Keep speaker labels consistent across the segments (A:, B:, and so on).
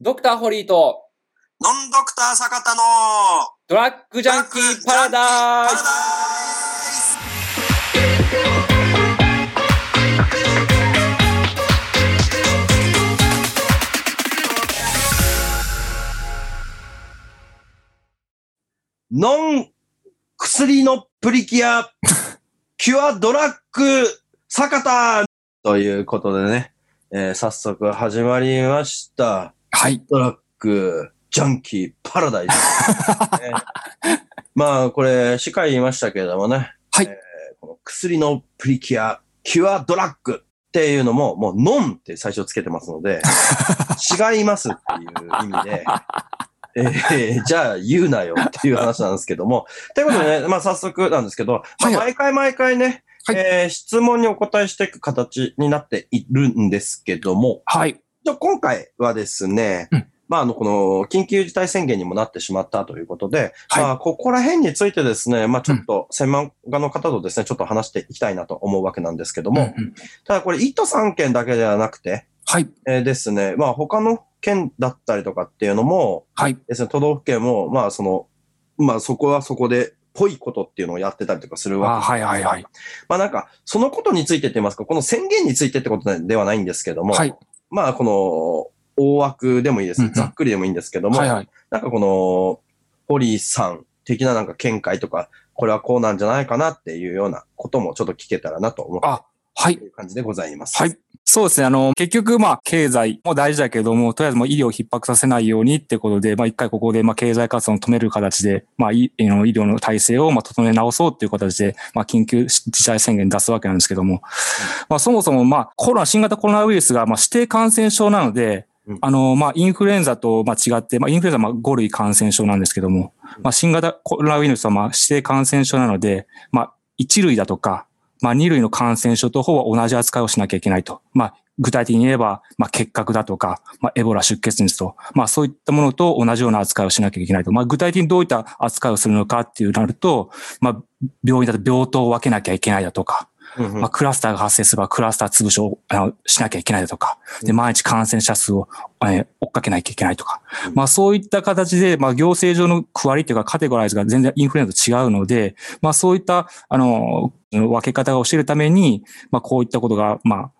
A: ドクターホリーと
B: ノンドクター坂田の
A: ドラッグジャンキーパラダイス
C: ノン薬のプリキュア、 キュアドラッグ、坂田ということでね、えー早速始まりました。
D: はい。
C: ドラッグ、ジャンキー、パラダイス、ねまあ、これ、司会言いましたけれどもね、
D: はい
C: えーこの薬のプリキュア、キュアドラッグっていうのも、もう、ノンって最初つけてますの で、違いますっていう意味で、えーじゃあ言うなよっていう話なんですけども。ということでね、まあ早速なんですけど、まあ
D: はいはい
C: 毎回毎回ね、
D: はい
C: えー質問にお答えしていく形になっているんですけども、
D: はい。
C: ちょ今回はですね、
D: うん
C: まああの、この緊急事態宣言にもなってしまったということで、
D: はい
C: まあここら辺についてですね、まあちょっと専門家の方とですね、ちょっと話していきたいなと思うわけなんですけども、
D: うんうん
C: ただこれ1都3県だけではなくて、
D: はい。
C: えーですね、まあ他の県だったりとかっていうのも、
D: はい。
C: ですね、都道府県も、まあその、まあそこはそこで、ぽいことっていうのをやってたりとかするわ
D: あはいはいはい。
C: け。まあなんか、そのことについてって言いますか、この宣言についてってことではないんですけども、
D: はい。
C: まあこの、大枠でもいいです、
D: うんうん
C: ざっくりでもいいんですけども、
D: はいはい。
C: なんかこの、堀さん的ななんか見解とか、これはこうなんじゃないかなっていうようなこともちょっと聞けたらなと思っ
D: あ、はい
C: て。いる感じでございます。
D: はい。そうですね。あの、結局、まあ、経済も大事だけども、とりあえずもう医療を逼迫させないようにってことで、まあ、一回ここで、まあ、経済活動を止める形で、まあ、いあの医療の体制を、まあ、整え直そうっていう形で、まあ、緊急事態宣言出すわけなんですけども、まあ、そもそも、まあ、コロナ、新型コロナウイルスが、まあ、指定感染症なので
C: うん、
D: あの、まあ、インフルエンザと、まあ、違って、まあ、インフルエンザは、まあ、5類感染症なんですけども
C: う、ん
D: まあ、新型コロナウイルスは、まあ、指定感染症なので、まあ、1類だとか、まあ、2類の感染症とほぼ同じ扱いをしなきゃいけないと。まあ、具体的に言えば、まあ、結核だとか、まあ、エボラ出血熱と、まあ、そういったものと同じような扱いをしなきゃいけないと。まあ、具体的にどういった扱いをするのかっていうなると、まあ、病院だと病棟を分けなきゃいけないだとか、
C: うんうん
D: まあ、クラスターが発生すればクラスター潰しをあのしなきゃいけないだとか、で、毎日感染者数を、えー追っかけなきゃいけないとか
C: うん、
D: まあ、そういった形で、まあ、行政上の区割りというかカテゴライズが全然インフルエンザと違うので、まあ、そういった、あの、分け方を教えるために、まあ、こういったことが、まあ、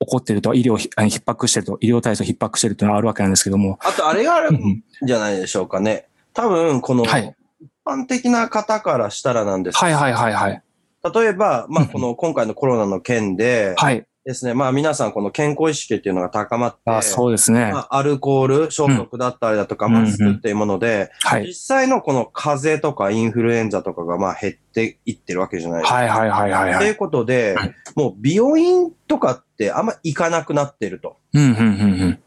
D: 起こっていると、医療ひ、あの逼迫していると、医療体制を逼迫しているというのはあるわけなんですけども、
C: あと、あれがある
D: うんん
C: じゃないでしょうかね。多分、この、
D: はい
C: 一般的な方からしたらなんです
D: はいはいはいはい。
C: 例えば、まあ、
D: うんうん
C: この今回のコロナの件で
D: はい。
C: ですね、まあ皆さんこの健康意識っていうのが高まって、
D: あそうですね。
C: まあ、アルコール消毒だったりだとか、
D: うん
C: マスクっていうもので、
D: はい。
C: 実際のこの風邪とかインフルエンザとかがまあ減っていってるわけじゃないですか。
D: はいはいはいはい
C: と
D: は
C: いう
D: い。
C: ことで、
D: は
C: もう美容院とかってあんま行かなくなってると。
D: うん、うん、うん、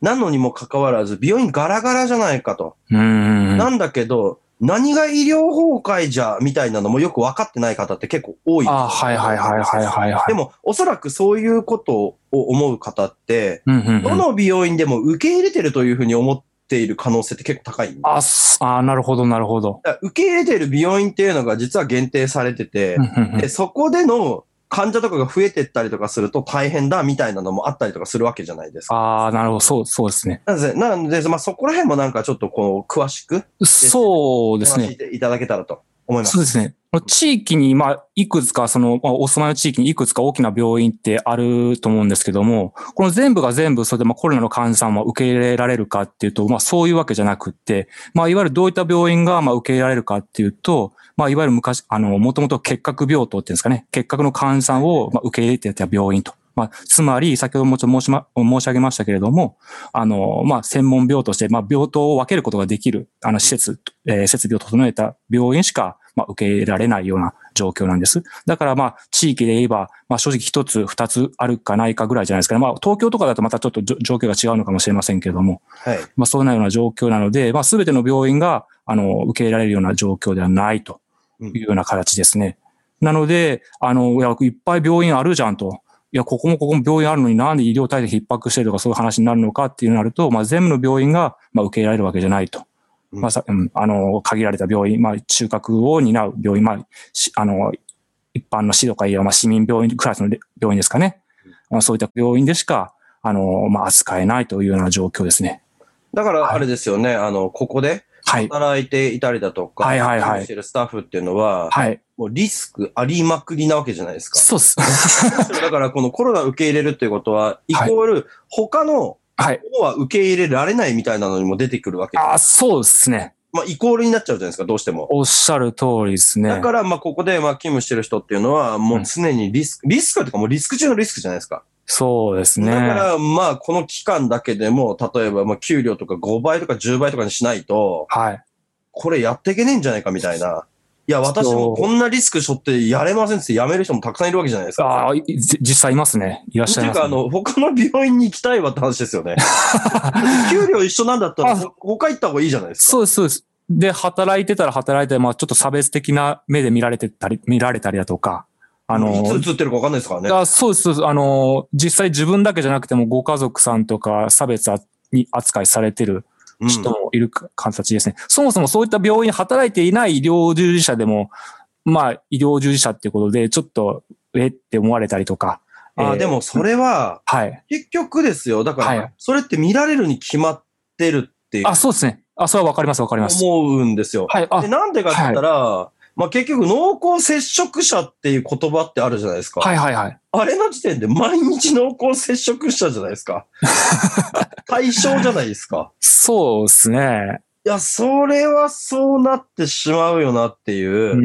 C: なのにもかかわらず、美容院ガラガラじゃないかと。
D: うん。うん、うん。
C: なんだけど、何が医療崩壊じゃみたいなのもよく分かってない方って結構多い。
D: あはいはいはいはいはいはい。
C: でも、おそらくそういうことを思う方って、
D: うんうんうん
C: どの美容院でも受け入れてるというふうに思っている可能性って結構高いんだ。
D: あ、すあー、なるほど、なるほど。
C: だから受け入れてる美容院っていうのが実は限定されてて
D: うん、うんうん
C: でそこでの患者とかが増えてったりとかすると大変だみたいなのもあったりとかするわけじゃないですか。
D: ああ、なるほど、そう、そうですね。
C: なので、なのでまあ、そこら辺もなんかちょっとこう、詳しく
D: そう
C: お
D: です
C: 話
D: ね。
C: していただけたらと思います。
D: そうですね。地域に、まあ、いくつか、その、まあ、お住まいの地域にいくつか大きな病院ってあると思うんですけども、この全部が全部、それで、まあ、コロナの患者さんは受け入れられるかっていうと、まあ、そういうわけじゃなくって、まあ、いわゆるどういった病院が、まあ、受け入れられるかっていうと、まあ、いわゆる昔、あの、もともと結核病棟っていうんですかね、結核の患者さんを、まあ、受け入れてた病院と。まあ、つまり、先ほどもちょっと申しま、申し上げましたけれども、あの、まあ、専門病として、まあ、病棟を分けることができる、あの、施設、えー設備を整えた病院しか、まあ、受け入れられないような状況なんです。だから、まあ、地域で言えば、まあ、正直一つ、二つあるかないかぐらいじゃないですかね。まあ、東京とかだとまたちょっとじょ状況が違うのかもしれませんけれども、
C: はい。
D: まあ、そんなような状況なので、まあ、すべての病院が、あの、受け入れられるような状況ではないと
C: うん
D: いうような形ですね。なので、あの、いや、いっぱい病院あるじゃんと。いや、ここもここも病院あるのになんで医療体制逼迫してるとかそういう話になるのかっていうのになると、まあ、全部の病院が、まあ、受け入れられるわけじゃないと。
C: うん
D: まあ、さ、うん、あの、限られた病院、まあ、中核を担う病院、まあ、しあの、一般の市とかいや、まあ、市民病院クラスのれ病院ですかね。まあそういった病院でしか、あの、まあ、扱えないというような状況ですね。
C: だから、あれですよね、あの、ここで
D: はい。
C: 働いていたりだとか、
D: はいはいはい
C: してるスタッフっていうのは、
D: はい。
C: もうリスクありまくりなわけじゃないですか。
D: そうっす。
C: だから、このコロナ受け入れるっていうことは、イコール、他の
D: はい。
C: ものは受け入れられないみたいなのにも出てくるわけで
D: あ、そうですね。
C: まあ、イコールになっちゃうじゃないですか、どうしても。
D: おっしゃる通りですね。
C: だから、まあ、ここで、まあ、勤務してる人っていうのは、もう常にリスク、リスクっていうか、もうリスク中のリスクじゃないですか。
D: そうですね。
C: だから、まあ、この期間だけでも、例えば、まあ、給料とか5倍とか10倍とかにしないと、
D: はい。
C: これやっていけねえんじゃないかみたいな。いや、私もこんなリスク背負ってやれませんっつって辞める人もたくさんいるわけじゃないですか。
D: ああ、いい実際いますね。いらっし
C: って
D: ゃい
C: いう
D: ます、
C: か、あ
D: ね。
C: の、他の病院に行きたいわって話です よね。給料一緒なんだったら、
D: あ
C: ほ他行った方がいいじゃないですか。
D: そうです、そうです。で、働いてたら働いて、まあ、ちょっと差別的な目で見られてたり、見られたりだとか、あの、
C: いつ映ってるか分かんないですからね。
D: あそうです、そうです。あの、実際自分だけじゃなくても、ご家族さんとか差別あに扱いされてる
C: うん
D: 人もいるか形ですね。そもそもそういった病院で働いていない医療従事者でも、まあ、医療従事者っていうことで、ちょっと、えって思われたりとか。
C: あ
D: え
C: ー
D: ー
C: でも、それは、
D: はい。
C: 結局ですよ。だか
D: は
C: ら
D: い、
C: それって見られるに決まってるって
D: あ、そうですね。あ、それはわかります、わかります。
C: 思うんですよ。
D: はい。あ
C: で、、なんでかって言ったら、まあ、結局、濃厚接触者っていう言葉ってあるじゃないですか。
D: はいはいはい。
C: あれの時点で毎日濃厚接触者じゃないです か。対象じゃないですか。
D: そうですね。
C: いや、それはそうなってしまうよなって
D: う
C: いう、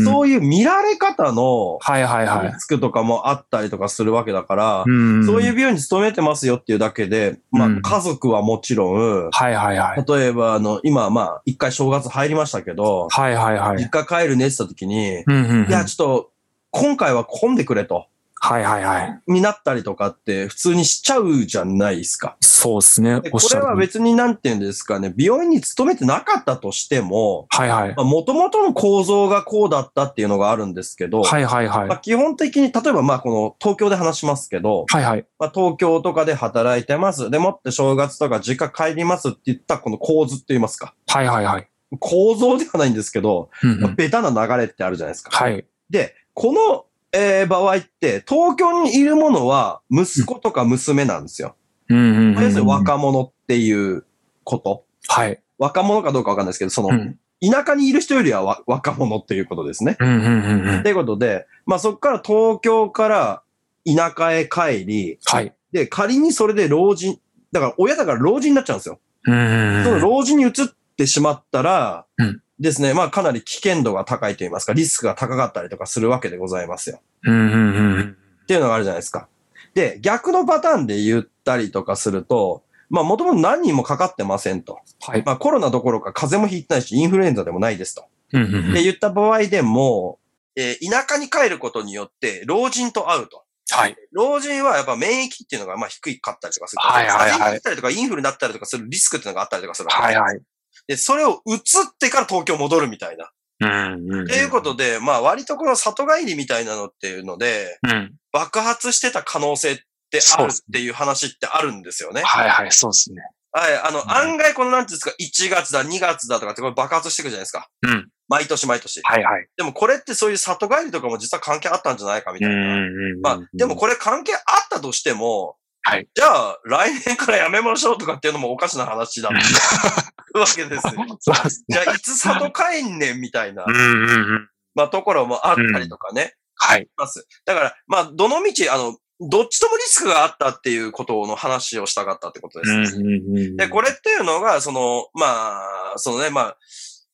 D: ん。
C: そういう見られ方の
D: はいはいはい
C: リ。スクとかもあったりとかするわけだから、
D: うん。
C: そういう病院に勤めてますよっていうだけで、まあ、
D: うん
C: 家族はもちろん、
D: はいはいはい。
C: 例えば、あの、今、まあ、一回正月入りましたけど、
D: はいはいはい。
C: 実家帰るねって言った時に、
D: うんうんうん。
C: いや、ちょっと、今回は混んでくれと、
D: はいはいはい。
C: になったりとかって普通にしちゃうじゃないですか。
D: そうですね
C: で。
D: おっ
C: こ
D: し
C: れ
D: ゃる
C: は
D: 通り。
C: 別になんて言うんですかね、美容院に勤めてなかったとしても、
D: はいはい。
C: もともとの構造がこうだったっていうのがあるんですけど、
D: はいはいはい
C: まあ、。基本的に、例えばまあこの東京で話しますけど、
D: はいはい。
C: まあ、東京とかで働いてます。でもって正月とか実家帰りますって言ったこの構図って言いますか。
D: はいはいはい。
C: 構造ではないんですけど、
D: うんう
C: まあ
D: ん
C: ベタな流れってあるじゃないですか。
D: はい。
C: で、この、えー場合って、東京にいるものは息子とか娘なんですよ。
D: うんうん
C: まあ要する
D: う
C: に
D: ん。
C: 若者っていうこと。
D: はい。
C: 若者かどうかわかんないですけど、その、
D: うん
C: 田舎にいる人よりはわ若者っていうことですね。
D: うんうんうんうん
C: と。いうことで、まあそこから東京から田舎へ帰り、
D: はい。
C: で、仮にそれで老人、だから親だから老人になっちゃうんですよ。
D: うんうん
C: その
D: うん。
C: 老人に移ってしまったら、
D: うん
C: ですね、まあかなり危険度が高いと言いますか、リスクが高かったりとかするわけでございますよ。
D: うんうんうん。
C: っていうのがあるじゃないですか。で、逆のパターンで言ったりとかすると、まあ、もともと何人もかかってませんと。
D: はい。
C: まあ、コロナどころか風邪もひいてないし、インフルエンザでもないですと。
D: うんうんうん
C: で、言った場合でも、えー田舎に帰ることによって、老人と会うと。
D: はい。
C: 老人はやっぱ免疫っていうのがまあ低かったりとかする。
D: はいはいはい
C: 風邪ひいたりとかインフルになったりとかするリスクっていうのがあったりとかする。
D: はいはい。
C: で、それを移ってから東京戻るみたいな。
D: うんうんうん。
C: ということで、まあ割とこの里帰りみたいなのっていうので、
D: うん。
C: 爆発してた可能性ってあるっていう話ってあるんですよね。
D: はいはい。そうですね。
C: はい。あの、
D: ん
C: 案外このなんていうんですか、1月だ、2月だとかってこれ爆発していくじゃないですか。
D: うん。
C: 毎年毎年。
D: はいはい。
C: でもこれってそういう里帰りとかも実は関係あったんじゃないかみたいな。
D: んうん
C: まあ、でも、これ関係あったとしても、
D: はい。
C: じゃあ、来年からやめましょうとかっていうのもおかしな話だと
D: う ん
C: いうわけですよ。
D: そうです
C: じ
D: ね。
C: ゃあ、いつ里帰んねんみたいな、
D: うんうんうん。
C: まあ、ところもあったりとかね。
D: はい。
C: ます。だから、まあ、どの道、あの、どっちともリスクがあったっていうことの話をしたかったってことです。
D: んうん
C: で、これっていうのが、その、まあ、そのね、まあ、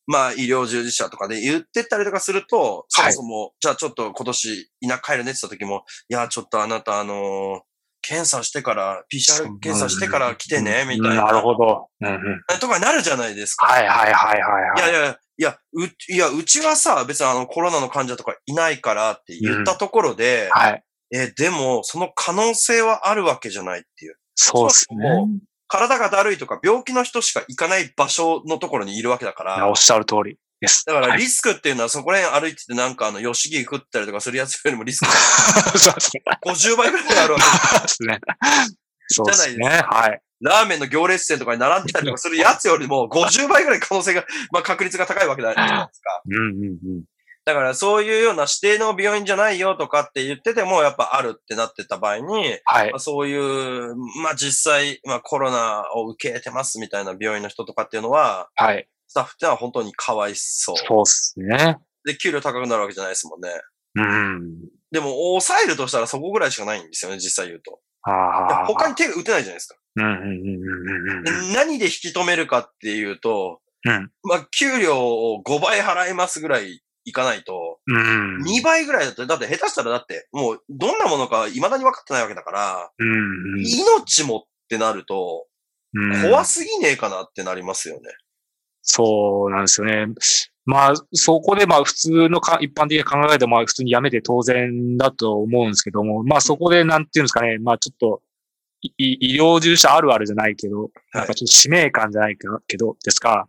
C: まあ、医療従事者とかで言ってったりとかすると、そ
D: は
C: も
D: い
C: そも、じゃあちょっと今年、田舎帰るねって言った時も、いや、ちょっとあなた、あのー検査してから、PCR 検査してから来てね、みたいな。
D: なるほど。うんうん。
C: とかになるじゃないですか。
D: はいはいはいはい
C: い
D: は
C: や
D: い。
C: いや、いや、う、いや、うちはさ、別にあの、コロナの患者とかいないからって言ったところで、
D: はい。
C: えーでも、その可能性はあるわけじゃないっていう。
D: そうですね。
C: 体がだるいとか病気の人しか行かない場所のところにいるわけだから
D: おっ、しゃる通りです。
C: だから
D: はい
C: リスクっていうのはそこら辺歩いててなんかあの、吉木食ったりとかするやつよりもリスク
D: そうですね。
C: 50倍ぐらいあるわ け。
D: そうですね。
C: じゃないですか
D: はい。
C: ラーメンの行列店とかに並んでたりとかするやつよりも50倍ぐらい可能性が、まあ確率が高いわけじゃないですか。
D: うんうんうん。
C: だからそういうような指定の病院じゃないよとかって言ってても、やっぱあるってなってた場合に、
D: はい
C: まあ、。そういう、まあ実際、まあコロナを受けてますみたいな病院の人とかっていうのは、
D: はい。
C: スタッフってのは本当にかわいそう。
D: そうっすね。
C: で、給料高くなるわけじゃないですもんね。
D: うん。
C: でも、抑えるとしたらそこぐらいしかないんですよね、実際言うと。い
D: あ
C: や
D: あ。
C: 他に手が打てないじゃないですか。
D: うんうんうんうんうん
C: で何で引き止めるかっていうと、
D: うん
C: まあ、給料を5倍払いますぐらいいかないと、
D: うん。
C: 2倍ぐらいだと、だって下手したらだって、もうどんなものか未だに分かってないわけだから、
D: うんうん
C: 命もってなると、
D: うん
C: 怖すぎねえかなってなりますよね。
D: そうなんですよね。まあ、そこでまあ普通のか一般的な考えでまあ普通にやめて当然だと思うんですけども、まあそこでなんていうんですかね、まあちょっと、いい医療従事者あるあるじゃないけど、なんかちょっと使命感じゃないけどけどですか、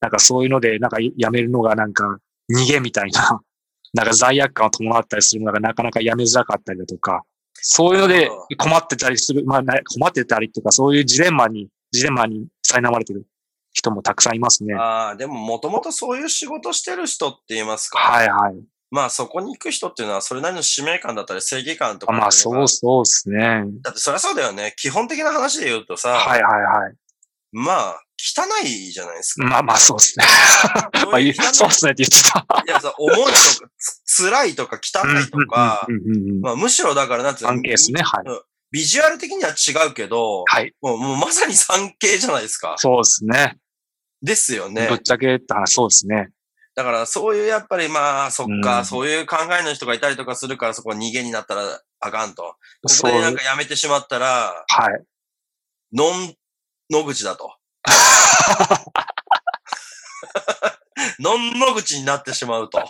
D: なんかそういうので、なんかやめるのがなんか逃げみたいな、 なんか罪悪感を伴ったりするのがなかなかやめづらかったりだとか、そういうので困ってたりする、まあな困ってたりっていうかそういうジレンマに、ジレンマに苛まれてる人もたくさんいますね。
C: あ
D: は
C: あ、でももともとそういう仕事してる人って言いますか、
D: いはい。
C: まあそこに行く人っていうのはそれなりの使命感だったり正義感とかっていのが。
D: まあそうそうですね。はい
C: だってそりゃそうだよね。基本的な話で言うとさ、
D: はいはい。
C: まあ、汚いじゃないですか。
D: まあまあそうですね。ま
C: そ
D: あ
C: う
D: い
C: いう
D: い そうですねって言ってた。
C: いやさ、重いとか、つ辛いとか、汚いとか
D: う、んうんうんうん
C: まあむしろだからなんつうの
D: 関係ですね。はい。
C: ビジュアル的には違うけど、
D: はい。
C: もうもうまさに産経じゃないですか。
D: そうですね。
C: ですよね
D: ぶっ。ちゃけって話、そうですね。
C: だからそういうやっぱりまあ、そっか、
D: うん
C: そういう考えの人がいたりとかするからそこは逃げになったらあかんと。ここ
D: そう、
C: でな
D: は
C: ん
D: い。
C: かやめてしまったら、のん、野口だ と。のんの口になってしまうと。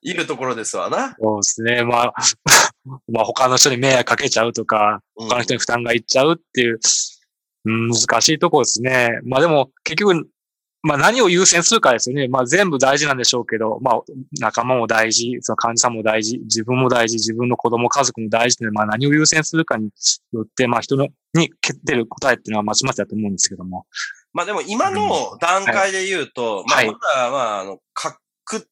C: いうところですわな。
D: そうですね。まあ、 まあ他の人に迷惑かけちゃうとか、
C: うん
D: 他の人に負担がいっちゃうっていう、うん、難しいところですね。まあでも、結局、まあ何を優先するかですよね。まあ全部大事なんでしょうけど、まあ仲間も大事、その患者さんも大事、自分も大事、自分の子供、家族も大事で、まあ何を優先するかによって、まあ人のに決定る答えっていうのはまちまちだと思うんですけども。
C: まあでも今の段階で言うと、
D: はい
C: まあまだ、まあ、あの、確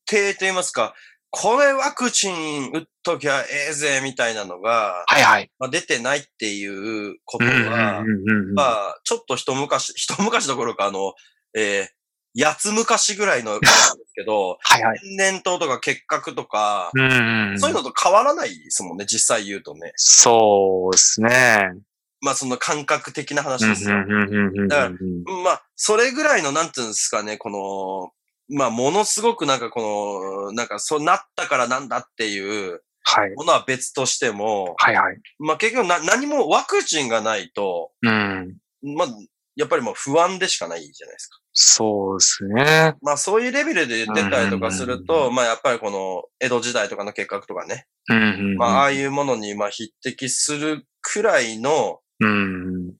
C: 定と言いますか、これワクチン打っときゃええぜ、みたいなのが、
D: はいはい。
C: まあ、出てないっていうこ
D: う
C: と
D: んうん
C: は、
D: うんうん。、
C: まあ、ちょっと一昔、一昔どころか、あの、えー、八つ昔ぐらいの、なんですけど
D: はいはい。
C: 天然痘とか結核とか、
D: うんうんうん。
C: そういうのと変わらないですもんね、実際言うとね。
D: そうですね。
C: まあ、その感覚的な話ですよ。だから
D: は
C: まあ、それぐらいの、なんていうんですかね、この、まあ、ものすごくなんかこの、なんかそうなったからなんだっていう
D: い。
C: ものは別としても、
D: はいはい。
C: まあ、結局な何もワクチンがないと、
D: うん。
C: まあ、やっぱりもう不安でしかないじゃないですか。
D: そうですね。
C: まあ、そういうレベルで言ってたりとかする
D: うんうん
C: と、まあ、やっぱりこの、江戸時代とかの結核とかね、
D: うんうんうん。
C: まあ、ああいうものに、まあ、匹敵するくらいの
D: うん。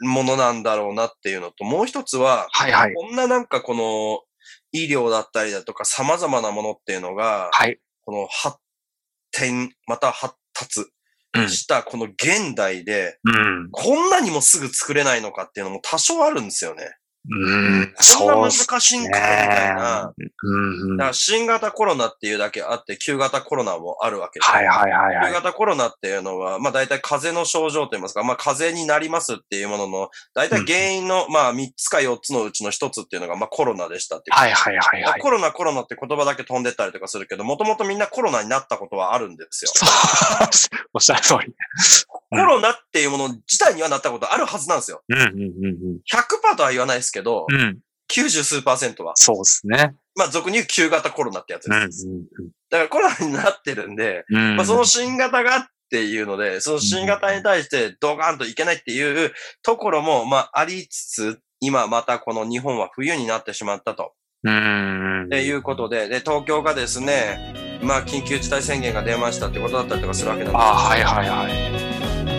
C: ものなんだろうなっていうのと、もう一つは、
D: はいはい。
C: こんななんかこの医療だったりだとか様々なものっていうのが、
D: はい。
C: この発展、また発達
D: うん
C: したこの現代で、
D: うん。
C: こんなにもすぐ作れないのかっていうのも多少あるんですよね。
D: うん。
C: そんな
D: そう
C: 難
D: っ
C: しいん
D: す
C: かいみ
D: ね。
C: たいな。
D: うんうん。
C: だか
D: は
C: ら新型コロナっていうだけあって、旧型コロナもあるわけで。
D: いはいはいは
C: 旧
D: い。
C: 型コロナっていうのは、まあ大体風邪の症状といいますか、まあ風邪になりますっていうものの、大体原因の、まあ3つか4つのうちの1つっていうのが、まあコロナでしたっていう。
D: はいはいはいはい。
C: コロナコロナって言葉だけ飛んでったりとかするけど、もともとみんなコロナになったことはあるんですよ。
D: そうっすおっしゃる通り。
C: コロナっていうもの自体にはなったことあるはずなんですよ。
D: うんうんうん
C: 100%とは言わないですけど
D: う、ん。うん。
C: 90数パーセントは。
D: そうですね。
C: まあ俗に言う旧型コロナってやつ
D: うん
C: です。だからコロナになってるんで、
D: うんうん。
C: まあその新型がっていうので、その新型に対してドカーンといけないっていうところも、まあありつつ、今またこの日本は冬になってしまったと。
D: うん。っ
C: っていうことで、で、東京がですね、まあ、緊急事態宣言が出ましたってことだったりとかするわけなんです
D: ああ、はいはいはい。